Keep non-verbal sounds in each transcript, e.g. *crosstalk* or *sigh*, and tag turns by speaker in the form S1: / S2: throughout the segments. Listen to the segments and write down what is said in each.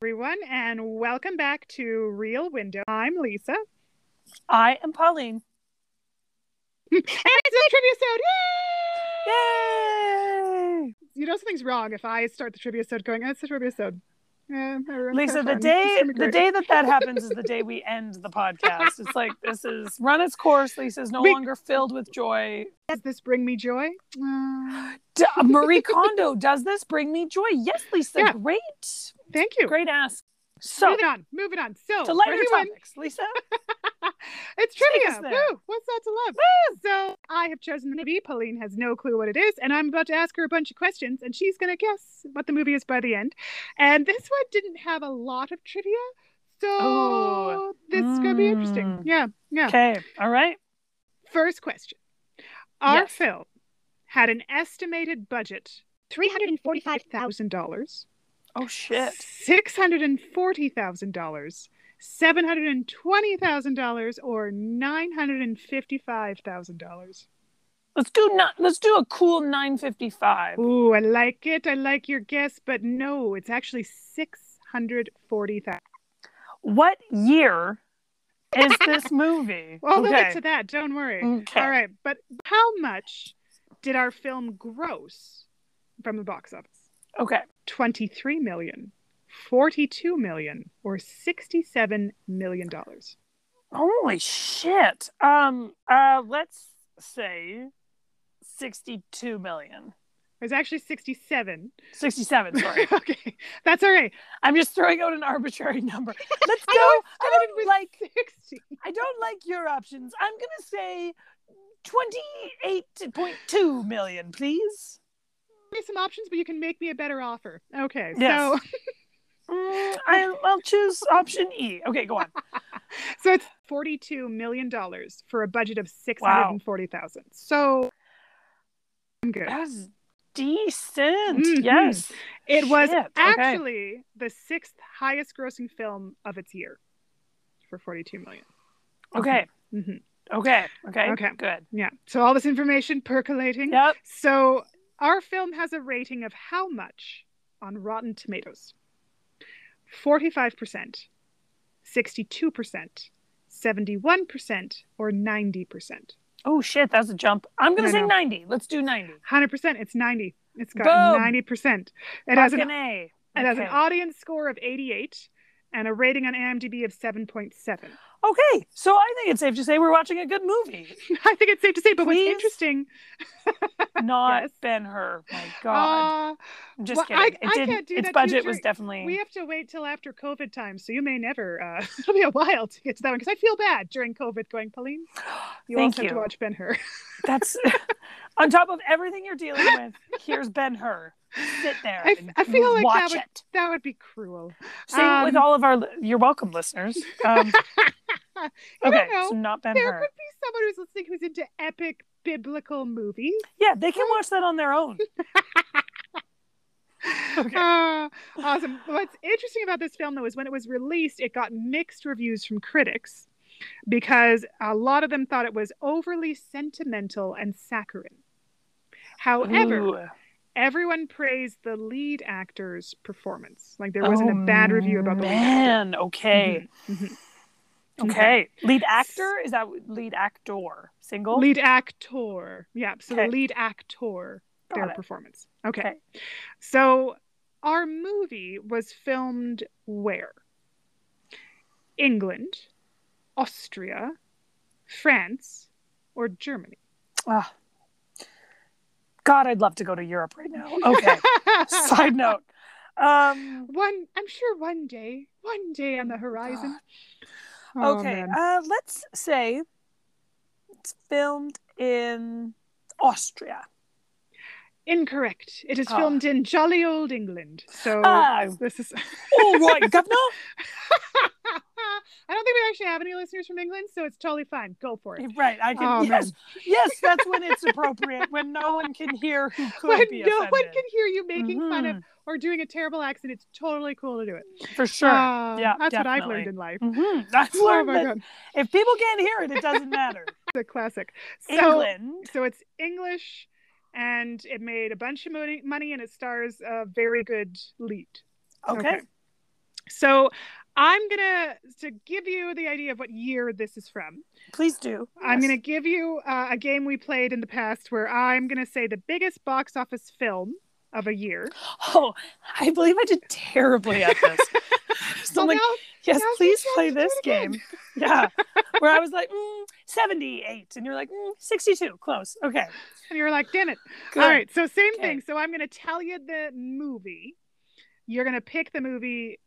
S1: everyone, and welcome back to Real Window. I'm Lisa. *laughs* And
S2: I am Pauline.
S1: it's an trivia episode!
S2: Yay!
S1: Yay! You know something's wrong if I start the trivia episode going, oh, it's a trivia episode. Yeah, everyone's
S2: Lisa,
S1: having
S2: the
S1: fun.
S2: day
S1: It's gonna be
S2: the
S1: great.
S2: day that
S1: *laughs*
S2: that happens is the day we end the podcast. It's like this is run its course. Lisa is no
S1: We-
S2: longer filled with joy.
S1: Does this bring me joy? Uh,
S2: D- Marie Kondo, does this bring me joy? Yes, Lisa.
S1: Yeah.
S2: Great,
S1: thank you.
S2: great ask. So
S1: moving on, moving on. So,
S2: to
S1: for
S2: lighter
S1: everyone,
S2: topics, Lisa.
S1: *laughs* it's
S2: Take
S1: trivia.
S2: us there.
S1: Woo! What's not to love? So I have chosen the movie. Pauline has no clue what it is, and I'm about to ask her a bunch of questions, and she's going to guess what the movie is by the end. And this one didn't have a lot of trivia, so
S2: Oh.
S1: this is going to be interesting.
S2: Mm.
S1: Yeah, yeah.
S2: Okay, all right.
S1: First question: Our
S2: Yes.
S1: film had an estimated budget three hundred forty-five thousand dollars.
S2: Oh shit.
S1: Six hundred and forty thousand dollars, seven hundred and twenty thousand dollars, or nine hundred and fifty-five thousand dollars.
S2: Let's do not. Let's do a cool nine fifty five.
S1: Ooh, I like it. I like your guess, but no, it's actually six hundred forty thousand.
S2: What year is
S1: *laughs*
S2: this movie?
S1: Well, we'll get
S2: okay.
S1: to that. Don't worry.
S2: okay.
S1: All right, but how much did our film gross from the box office?
S2: Okay.
S1: Twenty-three million, forty-two million, or sixty-seven million dollars.
S2: Holy shit. Um uh let's say 62 million.
S1: It was actually sixty-seven.
S2: 67,
S1: *laughs*
S2: sorry.
S1: okay, that's all right.
S2: I'm just throwing out an
S1: *laughs*
S2: arbitrary number. Let's go.
S1: I always
S2: I
S1: started
S2: don't
S1: with *laughs*
S2: like
S1: 60.
S2: I don't like your options. I'm going to say 28.2 million, please.
S1: Give me some options, but you can make me a better offer. Okay.
S2: Yes. Mm, I, I'll choose option E. Okay,
S1: *laughs*
S2: go on.
S1: So, *laughs* so it's forty-two million dollars for a budget of six hundred
S2: Wow.
S1: and forty thousand. So I'm good.
S2: That was decent.
S1: Mhm.
S2: Yes.
S1: It was
S2: Shit, okay.
S1: actually the sixth highest-grossing film of its year for forty-two million.
S2: Okay.
S1: Mhm.
S2: Okay. Okay.
S1: Okay.
S2: Good.
S1: Yeah. So all this information percolating.
S2: Yep.
S1: So our film has a rating of how much on Rotten Tomatoes? 45%, 62%, 71%, or 90%?
S2: Oh shit, that's a jump. I'm going
S1: I
S2: to say
S1: know.
S2: 90. Let's do 90.
S1: 100%, it's 90. It's got
S2: Boom.
S1: 90%. It has, an,
S2: Fucking A.
S1: it has an
S2: Okay.
S1: audience score of 88 and a rating on IMDb of 7.7.
S2: Okay, so I think it's safe to say we're watching a good
S1: *laughs*
S2: movie,
S1: *laughs* I think it's safe to say, but
S2: Please?
S1: what's interesting.
S2: not
S1: Yes.
S2: Ben Hur. My God,
S1: uh,
S2: I'm just
S1: well, I-
S2: kidding.
S1: I
S2: it
S1: can't
S2: didn't.
S1: do
S2: Its
S1: that to you
S2: budget was
S1: during-
S2: definitely.
S1: We have to wait till after COVID time, so you may never. Uh, *laughs* it'll be a while to get to that one because I feel bad during COVID. Going,
S2: *gasps*
S1: Pauline, you
S2: Thank
S1: also have
S2: you.
S1: to watch Ben Hur.
S2: *laughs*
S1: *laughs*
S2: That's on top of everything you're dealing with. Here's Ben Hur. Sit there.
S1: I f-
S2: and
S1: I feel like that
S2: watch
S1: would-
S2: it.
S1: That would be cruel.
S2: Same with
S1: um,
S2: all of our. li- You're welcome, listeners.
S1: *laughs*
S2: Um,
S1: You
S2: okay,
S1: don't know.
S2: so not Ben
S1: there
S2: Hur.
S1: could be someone who's listening who's into epic biblical movies.
S2: Yeah, they can watch that on their own. *laughs* Okay.
S1: Uh, awesome. What's interesting about this film, though, is when it was released, it got mixed reviews from critics because a lot of them thought it was overly sentimental and saccharine. However,
S2: Ooh.
S1: everyone praised the lead actor's performance. Like there wasn't a bad review about the lead actor.
S2: Oh, man. Okay,
S1: Mhm, mhm.
S2: okay. Lead actor is that lead actor single?
S1: Lead actor. Yeah. So
S2: Okay.
S1: the lead actor,
S2: Got
S1: their
S2: it.
S1: performance. Okay.
S2: Okay.
S1: So our movie was filmed where? England, Austria, France, or Germany?
S2: Ah. God, I'd love to go to Europe
S1: *laughs*
S2: right now. Okay. Side note. Um,
S1: one, I'm sure one day, one day on the horizon. Oh,
S2: okay.
S1: man.
S2: uh, let's say it's filmed in Austria.
S1: Incorrect. It is
S2: Ah.
S1: filmed in jolly old England. So
S2: Ah,
S1: this is. *laughs*
S2: all right, governor. *laughs*
S1: I don't think we actually have any listeners from England, so it's totally fine. Go for *laughs* it.
S2: Right. I can.
S1: Oh,
S2: *laughs* yes. Yes, that's when it's appropriate, when no one can hear who could
S1: When
S2: be
S1: no
S2: offended.
S1: one can hear you making fun of or doing a terrible accent, it's totally cool to do it.
S2: Mhm, For sure.
S1: Ah,
S2: Yeah,
S1: that's what I've
S2: definitely.
S1: learned in life.
S2: Mhm, That's
S1: *laughs* Oh
S2: learned
S1: my
S2: that
S1: god,
S2: if people can't hear it, it doesn't matter.
S1: it's a classic. *laughs* So,
S2: England.
S1: so it's English, and it made a bunch of money, money and it stars a very good lead.
S2: Okay.
S1: So I'm gonna to give you the idea of what year this is from.
S2: Please do.
S1: I'm
S2: Yes.
S1: gonna give you uh, a game we played in the past where I'm gonna say the biggest box office film of a
S2: *gasps*
S1: year.
S2: Oh, I believe I did terribly at
S1: *laughs*
S2: this. so I'm
S1: Well,
S2: like,
S1: now-
S2: yes,
S1: now
S2: please
S1: you have
S2: play
S1: to do
S2: this
S1: it again.
S2: game. Yeah. Where I was like, mm, 78. And you're like, mm, 62. Close. Okay.
S1: and you're like, damn it.
S2: Good.
S1: All right, so same
S2: Okay.
S1: thing. So I'm gonna tell you the movie. You're gonna pick the movie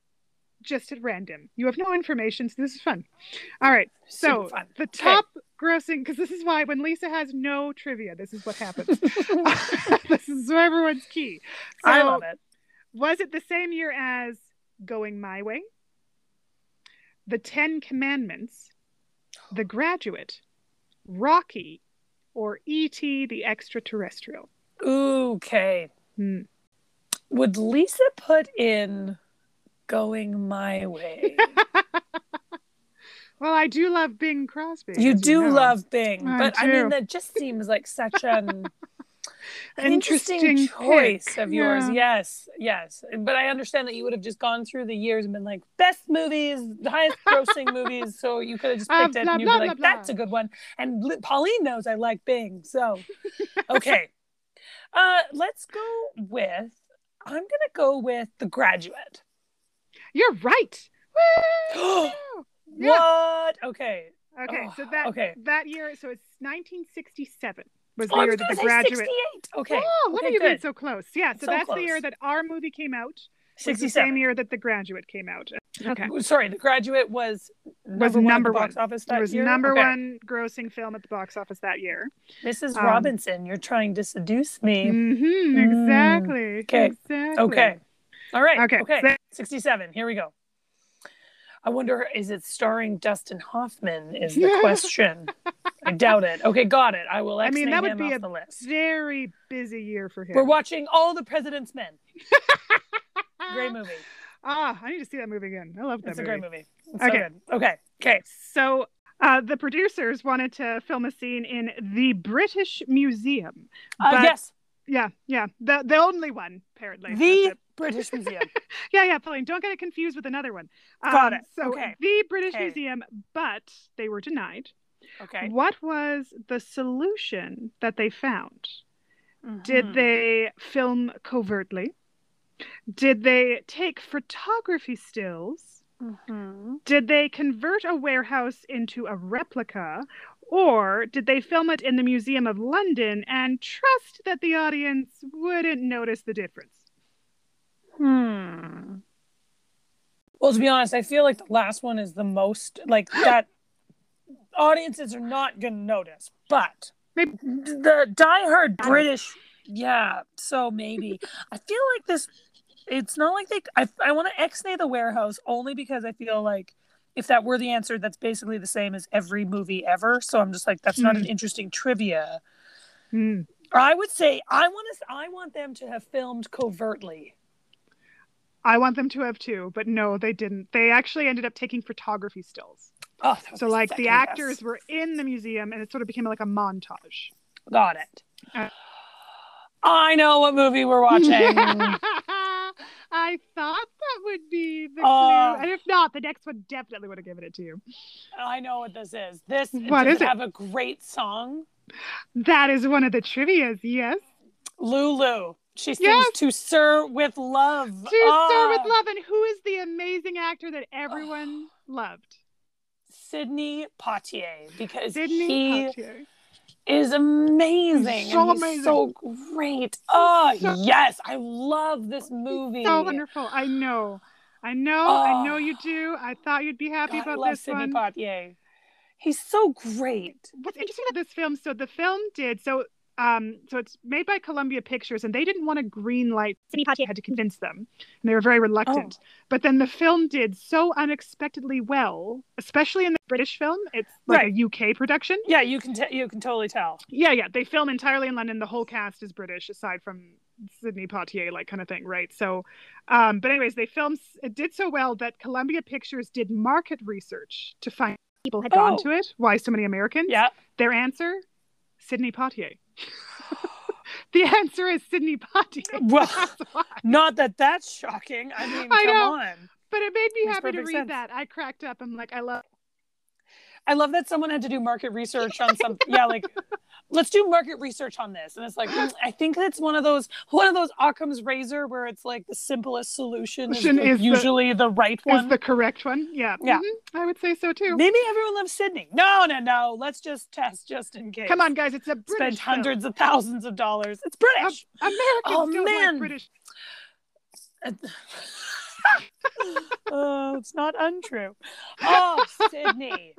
S1: just at random. You have no information, so this is fun. All right.
S2: Super
S1: So
S2: fun.
S1: the top grossing, because this is why when Lisa has no trivia, this is what
S2: *laughs*
S1: happens. *laughs* this is everyone's key. So
S2: I love it.
S1: was it the same year as Going My Way, The Ten Commandments, The Graduate, Rocky, or E.T. the Extraterrestrial?
S2: Ooh, okay.
S1: Hmm.
S2: Would Lisa put in going my way?
S1: Well, I do love Bing Crosby.
S2: you
S1: as
S2: do
S1: know.
S2: love Bing,
S1: I
S2: but I
S1: do.
S2: mean, that just seems like such an,
S1: *laughs*
S2: an interesting,
S1: Interesting
S2: choice
S1: pick,
S2: of yours.
S1: yeah.
S2: Yes, yes. But I understand that you would have just gone through the years and been like, best movies, the highest
S1: *laughs*
S2: grossing movies. So you could have just
S1: Ah,
S2: picked it
S1: blah,
S2: and you'd
S1: blah,
S2: be like,
S1: blah, blah.
S2: that's a good one. And Li- Pauline knows I like Bing.
S1: *laughs*
S2: So, okay. uh, let's go with, I'm going to go with The Graduate. *gasps*
S1: You're right. Woo! Yeah.
S2: What? Okay.
S1: Okay, so
S2: Oh,
S1: that
S2: okay.
S1: that year, so it's 1967 was the
S2: Oh, I
S1: year
S2: was
S1: that
S2: gonna
S1: The
S2: say
S1: Graduate.
S2: 68. Okay.
S1: Oh, look
S2: Okay,
S1: at you being
S2: good.
S1: so close. Yeah, so,
S2: So
S1: that's the
S2: close.
S1: year that our movie came out. was the
S2: 67.
S1: same year that The Graduate came
S2: *laughs*
S1: out. Okay.
S2: Sorry, The Graduate was number
S1: Was
S2: one at
S1: number
S2: the box
S1: one.
S2: office that
S1: It was
S2: year?
S1: number
S2: Okay.
S1: one grossing film at the box office that year.
S2: Mrs.
S1: Um,
S2: Robinson, you're trying to seduce me.
S1: Mm-hmm,
S2: Mm.
S1: exactly.
S2: Okay.
S1: Exactly.
S2: Okay. All right.
S1: Mm-hmm. Okay, so-
S2: Okay. 67. Here we go. I wonder, is it starring Dustin Hoffman? Is the question. I doubt it. Okay, got it. I will.
S1: I mean,
S2: X-nay
S1: that would
S2: him
S1: be
S2: off
S1: a
S2: the list.
S1: Very busy year for him.
S2: We're watching all the President's Men. Great movie.
S1: Ah, I need to see that movie again. I love that
S2: It's a
S1: movie.
S2: great movie. It's
S1: Okay.
S2: okay. So good. Okay. Okay.
S1: So uh, the producers wanted to film a scene in the British Museum.
S2: Uh,
S1: But-
S2: yes,
S1: Yeah, yeah, the the only one apparently.
S2: the
S1: That's it.
S2: British Museum.
S1: yeah, yeah, Pauline. Don't get it confused with another one. Um,
S2: Got it.
S1: So
S2: Okay.
S1: the British
S2: Okay.
S1: Museum, but they were denied.
S2: Okay.
S1: What was the solution that they found? *laughs* Did
S2: Mhm.
S1: they film covertly? Did they take photography stills?
S2: Mhm.
S1: Did they convert a warehouse into a replica? Or did they film it in the Museum of London and trust that the audience wouldn't notice the difference?
S2: Hmm. Well, to be honest, I feel like the last one is the most *gasps* like that. audiences are not gonna notice, but
S1: Maybe-
S2: the diehard British, yeah. So *laughs* maybe I feel like this. It's not like they. I I want to ex-nay the warehouse only because I feel like if that were the answer, that's basically the same as every movie ever. So I'm just like, that's not an interesting trivia.
S1: Hmm.
S2: I would say I want to. I want them to have filmed covertly.
S1: I want them to have too, but no, they didn't. They actually ended up taking photography stills.
S2: Oh, that was
S1: So, like,
S2: second
S1: the
S2: best.
S1: actors were in the museum and it sort of became like a montage.
S2: Got it.
S1: Uh,
S2: I know what movie we're watching.
S1: *laughs* I thought that would be the clue.
S2: Uh,
S1: and if not, the next one definitely would have given it to you.
S2: I know what this is. This
S1: What
S2: does
S1: is
S2: it
S1: it?
S2: have a great song.
S1: That is one of the trivias, yes.
S2: Lulu. She sings
S1: Yes.
S2: to Sir with Love.
S1: To
S2: Ah,
S1: Sir with Love, and who is the amazing actor that
S2: *sighs*
S1: everyone loved?
S2: Sidney Poitier because
S1: Sidney
S2: he
S1: Poitier.
S2: is amazing.
S1: He's so
S2: and
S1: amazing.
S2: So great. Oh,
S1: so-
S2: yes. I love this movie.
S1: So wonderful. I know. I know. I know you do. I thought you'd be happy
S2: Oh. God, I
S1: about
S2: love
S1: this
S2: Sidney
S1: one.
S2: Poitier. He's so great.
S1: What's interesting about this film, so the film did so um so it's made by Columbia Pictures and they didn't want to green light Sidney Poitier had to convince them. And they were very reluctant. But then the film did so unexpectedly well, especially in the British film. It's like a UK production.
S2: Yeah, you can t- you can totally tell.
S1: Yeah, yeah. They film entirely in London. The whole cast is British, aside from Sydney Poitier, like kind of thing, right? So, um, but anyways, they filmed. It did so well that Columbia Pictures did market research to find people had gone
S2: Oh.
S1: to it. Why so many Americans?
S2: Yeah.
S1: Their answer: Sydney
S2: *laughs*
S1: Poitier. the answer is Sydney Poitier.
S2: Well,
S1: *laughs* That's why.
S2: not that that's shocking. I mean,
S1: I
S2: come
S1: know.
S2: on.
S1: But it made me
S2: Makes
S1: happy to
S2: perfect
S1: read
S2: sense.
S1: that. I cracked up. I'm like, I love.
S2: I love that someone had to do market
S1: *laughs*
S2: research on some. yeah, like let's do market research on this. And it's like mm, I think that's one of those one of those Occam's razor where it's like the simplest solution is,
S1: Solution
S2: like,
S1: is the-
S2: usually the, right
S1: Is
S2: one.
S1: the correct one? Yeah.
S2: Yeah.
S1: Mhm. I would say so too.
S2: Maybe everyone loves Sydney. No, no, no. Let's just test just in case.
S1: Come on, guys. It's a
S2: Spend
S1: British. film.
S2: hundreds of thousands of dollars. It's British.
S1: Americans
S2: Oh,
S1: don't
S2: man.
S1: like British.
S2: *laughs* Uh, it's not untrue. Oh, Sydney.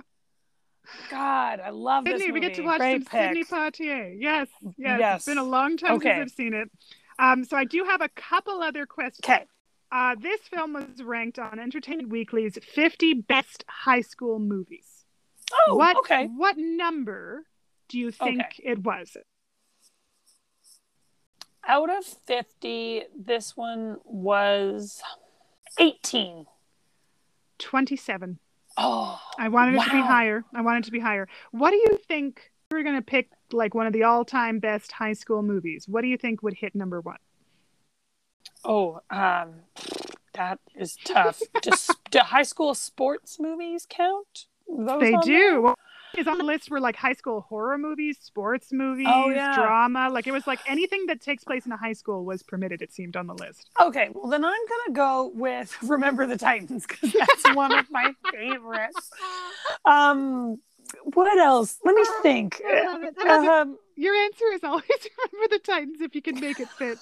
S2: God, I love this
S1: Sydney, we
S2: movie.
S1: get to watch
S2: Great
S1: some Sydney
S2: pick.
S1: Poitier. Yes, yes.
S2: Yes.
S1: It's been a long time
S2: Okay.
S1: since I've seen it. Um, so I do have a couple other questions.
S2: Okay.
S1: Uh, this film was ranked on Entertainment Weekly's 50 best high school movies.
S2: Oh,
S1: what
S2: okay.
S1: what number do you think
S2: Okay.
S1: it was?
S2: Out of 50, this one was 18.
S1: 27.
S2: Oh,
S1: I wanted it to be
S2: Wow.
S1: higher. I wanted it to be higher. What do you think if we're going to pick like one of the all-time best high school movies? What do you think would hit number 1?
S2: oh, um, that is tough.
S1: *laughs*
S2: Just do high school sports movies count? Those
S1: They
S2: on there?
S1: do. Well, Is on the list were like high school horror movies, sports movies,
S2: Oh, yeah.
S1: drama. Like it was like anything that takes place in a high school was permitted. It seemed on the
S2: *gasps*
S1: list.
S2: Okay, well then I'm gonna go with *laughs* Remember the Titans because that's one
S1: *laughs*
S2: of my favorites. Um, what else? Let me think.
S1: I love it. I love it.
S2: Um,
S1: Your answer is always *laughs* remember the Titans if you can make it
S2: *laughs*
S1: fit.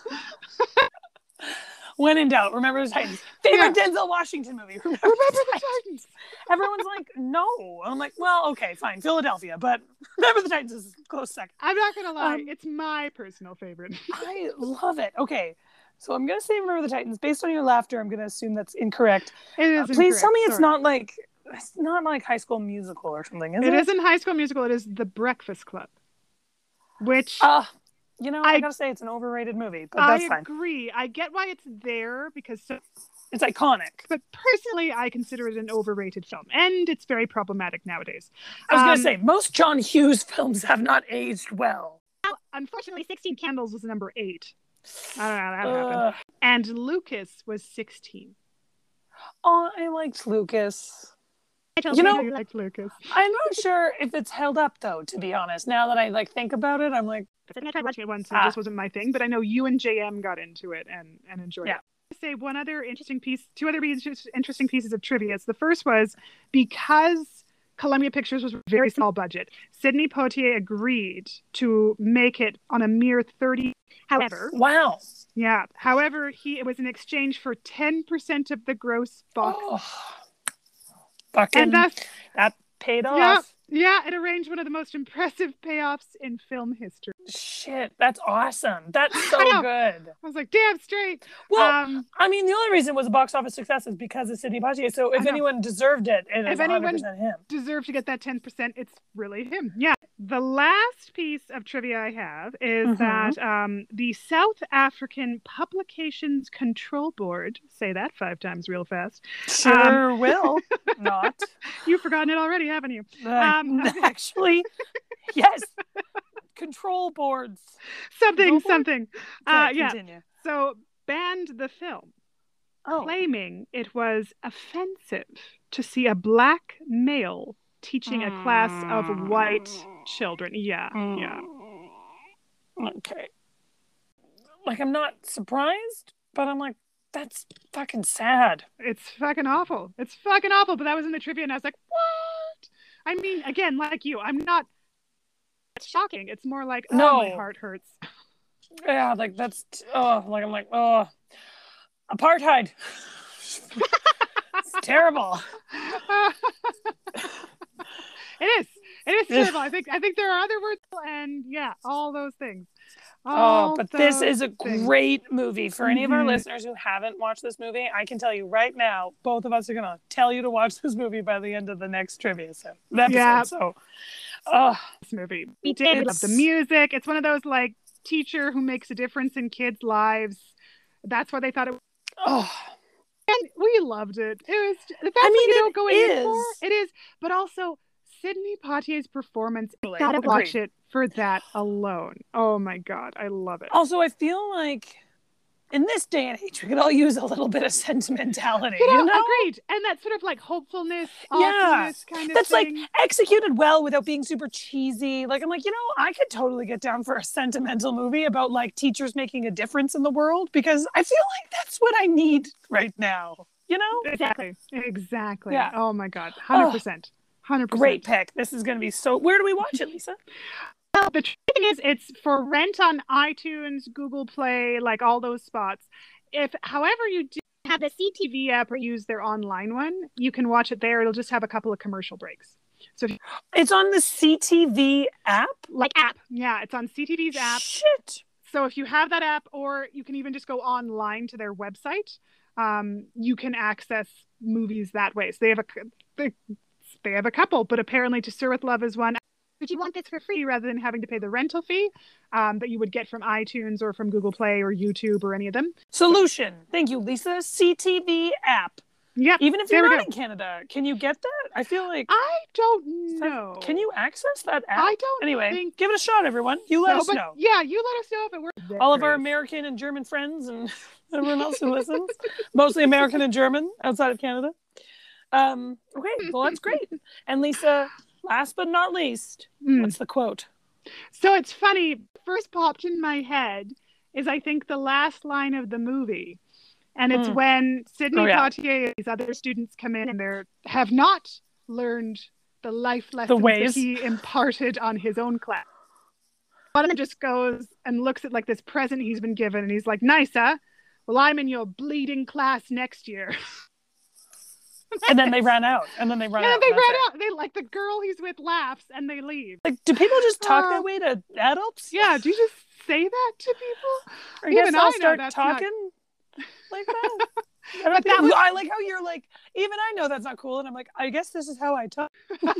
S2: when in doubt, Remember the Titans. Favorite Denzel Washington movie. Remember,
S1: Remember
S2: the
S1: the
S2: Titans.
S1: Titans.
S2: Everyone's like, no. I'm like, well, okay, fine, Philadelphia, but *laughs* Remember the Titans is a close second.
S1: I'm not gonna lie,
S2: Um,
S1: it's my personal favorite.
S2: I love it. Okay, so I'm gonna say Remember the Titans based on your laughter. I'm gonna assume that's incorrect.
S1: It is.
S2: Uh, please tell
S1: incorrect,
S2: me it's
S1: sorry.
S2: not like it's not like High School Musical or something, is it?
S1: It isn't High School Musical. It is The Breakfast Club, which
S2: Uh, you know, I,
S1: I-
S2: gotta say it's an overrated movie, but oh, that's
S1: I
S2: fine.
S1: agree. I get why it's there because so
S2: It's iconic.
S1: but personally, I consider it an overrated film, and it's very problematic nowadays.
S2: I was gonna
S1: Um,
S2: say most John Hughes *laughs* films have not aged well.
S1: Unfortunately, 16 Candles was number eight. I don't know how that happened.
S2: Ugh.
S1: And Lucas was 16.
S2: Oh, I liked Lucas.
S1: I don't
S2: You
S1: think
S2: know-
S1: I liked Lucas.
S2: I'm not sure if it's held up though, to be honest. Now that I like think about it, I'm like,
S1: I think I tried watching it once, and
S2: Ah.
S1: it just wasn't my thing. But I know you and JM got into it and, and enjoyed
S2: Yeah.
S1: it. I'll Say one other interesting piece, two other piece- interesting pieces of trivia. It's the first was because Columbia Pictures was very small budget, Sidney Poitier agreed to make it on a mere 30. However,
S2: wow.
S1: Yeah. However, he it was in exchange for ten percent of the gross box,
S2: Oh. Fucking
S1: and thus,
S2: that paid off.
S1: yeah, yeah, it arranged one of the most impressive payoffs in film history.
S2: Shit, that's awesome. That's so
S1: *laughs* I know.
S2: good.
S1: I was like, damn straight.
S2: Well,
S1: um,
S2: I mean, the only reason it was a box office success is because of Sidney Poitier. So
S1: I
S2: if
S1: know.
S2: anyone deserved it, it
S1: If
S2: is
S1: anyone-
S2: 100% him.
S1: deserved to get that ten percent. It's really him. Yeah. The last piece of trivia I have is
S2: Mhm.
S1: that um, the South African Publications Control Board say that five times real fast.
S2: Sure will Um, *laughs* not.
S1: You've forgotten it already, haven't you?
S2: Um, *laughs*
S1: okay.
S2: actually, yes. Control boards.
S1: Something,
S2: Control board?
S1: something. Uh,
S2: Okay,
S1: yeah.
S2: Continue.
S1: So banned the film.
S2: Oh,
S1: claiming it was offensive to see a black male teaching a class
S2: Mm.
S1: of white children. Yeah, yeah.
S2: Okay. Like I'm not surprised, but I'm like, that's fucking sad.
S1: It's fucking awful. It's fucking awful. But that was in the trivia, and I was like, what? I mean, again, like you, I'm not. It's shocking. It's more like, oh, my
S2: No.
S1: heart hurts. *laughs*
S2: Yeah, like that's oh, like I'm like oh, apartheid. *laughs* it's terrible.
S1: it is. It is
S2: Yeah.
S1: terrible. I think. I think there are other words, and yeah, all those things.
S2: Oh,
S1: All
S2: but this
S1: those
S2: is a
S1: things.
S2: great movie. For any of our
S1: Mhm.
S2: listeners who haven't watched this movie, I can tell you right now, both of us are gonna tell you to watch this movie by the end of the next trivia. So episode.
S1: Yeah.
S2: So, oh,
S1: this movie.
S2: We
S1: did
S2: did.
S1: love the music. It's one of those like teacher who makes a difference in kids' lives. That's why they thought it. Was.
S2: oh,
S1: And we loved it. It was. That's I
S2: mean,
S1: what you
S2: it
S1: don't go in for.
S2: is.
S1: It is, but also Sydney Poitier's performance.
S2: Totally.
S1: Gotta
S2: Agreed.
S1: watch it for that alone. Oh my god, I love it.
S2: Also, I feel like in this day and age, we could all use a little bit of sentimentality.
S1: You know,
S2: you know?
S1: agreed. And that sort of like hopefulness,
S2: Yeah.
S1: awesomeness kind of
S2: That's like
S1: thing.
S2: executed well without being super cheesy. Like I'm like, you know, I could totally get down for a sentimental movie about like teachers making a difference in the world because I feel like that's what I need right now. You know?
S1: exactly, exactly.
S2: Yeah.
S1: Oh my god, hundred percent, hundred percent.
S2: Great pick. This is going to be so. Where do we watch it, Lisa?
S1: Well, the tr- thing is, it's for rent on iTunes, Google Play, like all those spots. If, however, you do have the CTV app or use their online one, you can watch it there. It'll just have a couple of commercial breaks.
S2: *laughs* It's on the CTV app.
S1: Like app, yeah, it's on CTV's app.
S2: Shit.
S1: So if you have that app, or you can even just go online to their website, um, you can access movies that way. So they have a c- they, they have a couple, but apparently To Sir with Love is one. Would you want this for free rather than having to pay the rental fee um, that you would get from iTunes or from Google Play or YouTube or any of them?
S2: Solution. Thank you, Lisa. CTV app.
S1: Yep.
S2: Even if
S1: There
S2: you're
S1: we
S2: not
S1: go.
S2: in Canada, can you get that? I feel like
S1: I don't know.
S2: can you access that app?
S1: I don't
S2: anyway,
S1: think
S2: give it a shot, everyone. You let
S1: so,
S2: us
S1: but
S2: know.
S1: Yeah, you let us know if it works.
S2: All of our American and German friends and *laughs* everyone else who listens, mostly American and German outside of Canada. Um, okay, well, that's great. And Lisa, last but not least,
S1: Mm.
S2: what's the quote?
S1: So it's funny, first popped in my head is I think the last line of the movie. And it's
S2: Hmm.
S1: when Sidney
S2: Oh, yeah.
S1: Poitier and these other students come in and they have not learned the life lessons
S2: ways.
S1: that he imparted on his own class. One of them just goes and looks at like this present he's been given and he's like, Nice, huh? Well, I'm in your bleeding class next
S2: *laughs*
S1: year.
S2: And then they ran out. And then they ran
S1: and
S2: out.
S1: they
S2: and that's
S1: ran
S2: it.
S1: out. They like the girl he's with laughs and they leave.
S2: Like, do people just talk
S1: Oh.
S2: that way to adults?
S1: Yeah, do you just say that to people?
S2: I
S1: Even
S2: guess
S1: I
S2: I'll
S1: know
S2: start
S1: that's not-
S2: talking
S1: *laughs*
S2: like that. I, don't
S1: But
S2: think-
S1: that was-
S2: I like how you're like, even I know that's not cool. And I'm like, I guess this is how
S1: *laughs*
S2: I talk. *laughs*
S1: Whereas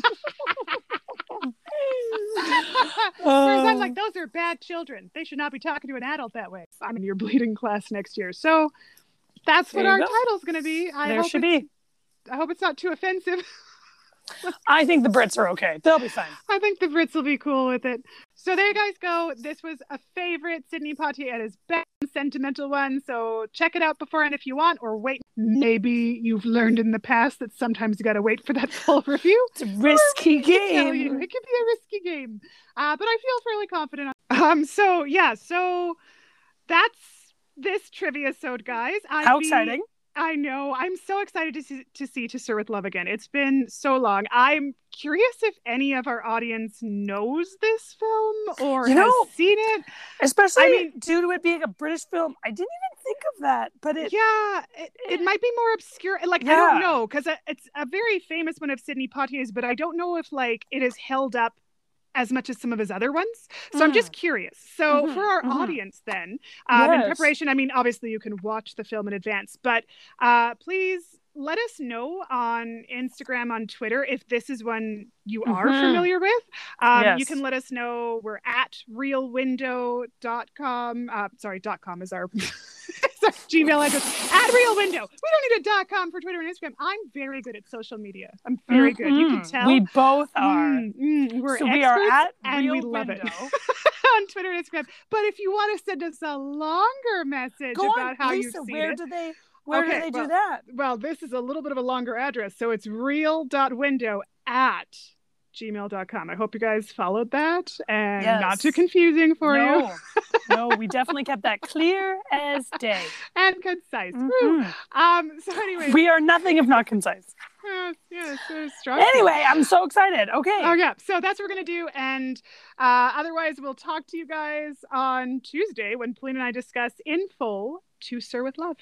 S1: I'm
S2: Uh,
S1: like, those are bad children. They should not be talking to an adult that way. I'm in your bleeding class next year. So that's what
S2: There
S1: our
S2: you go.
S1: title's going to be. I
S2: there
S1: hope
S2: should
S1: it-
S2: be.
S1: I hope it's not too offensive. *laughs*
S2: I think the Brits are okay. They'll be fine.
S1: I think the Brits will be cool with it. So there you guys go. This was a favorite Sydney Poitier at his best, sentimental one. So check it out beforehand if you want, or wait. Maybe you've learned in the past that sometimes you got to wait for that *laughs* full review.
S2: It's a risky
S1: tell you,
S2: game.
S1: It could be a risky game, uh, but I feel fairly confident. Um. So yeah. So that's this trivia sode, guys. i
S2: How exciting.
S1: I know. I'm so excited to see, to see To Sir with Love again. It's been so long. I'm curious if any of our audience knows this film or
S2: You
S1: has
S2: know,
S1: seen it.
S2: Especially
S1: I mean-
S2: due to it being a British film. I didn't even think of that, but it
S1: yeah, it, it might be more obscure. Like I don't
S2: Yeah.
S1: know because it's a very famous one of Sidney Poitier's, but I don't know if like it is held up as much as some of his other ones. So I'm just curious. So
S2: Mhm,
S1: for our
S2: mhm.
S1: audience, then um, in
S2: Yes.
S1: preparation, I mean, obviously you can watch the film in advance, but uh, please let us know on Instagram, on Twitter, if this is one you are
S2: Mhm.
S1: familiar with. Um, You
S2: Yes.
S1: can let us know. We're at realwindow.com. Uh, sorry, dot .com is our, *laughs* is our Gmail address. At realwindow. We don't need a dot .com for Twitter and Instagram. I'm very good at social media. I'm very good. You can
S2: Mhm.
S1: tell.
S2: We both are.
S1: Mm, mm, we're
S2: so we are
S1: experts
S2: at
S1: and
S2: real
S1: we love it.
S2: window. *laughs*
S1: on Twitter and Instagram. But if you want to send us a longer message
S2: Go
S1: about
S2: on,
S1: how
S2: Lisa.
S1: you've seen
S2: where
S1: it,
S2: do they? Where
S1: Okay,
S2: do they
S1: well-
S2: do that?
S1: well, this is a little bit of a longer address. So it's real.window at gmail.com. I hope you guys followed that and not
S2: Yes.
S1: too confusing for you. *laughs*
S2: no. no, we definitely kept that clear as day.
S1: and concise. Woo.
S2: Mhm.
S1: Um. So anyway, *laughs*
S2: We are nothing if not concise.
S1: uh, yeah, so strong.
S2: Anyway, I'm so excited. Okay.
S1: Oh yeah. So that's what we're gonna do, and uh, otherwise we'll talk to you guys on Tuesday when Pauline and I discuss in full to Sir with Love.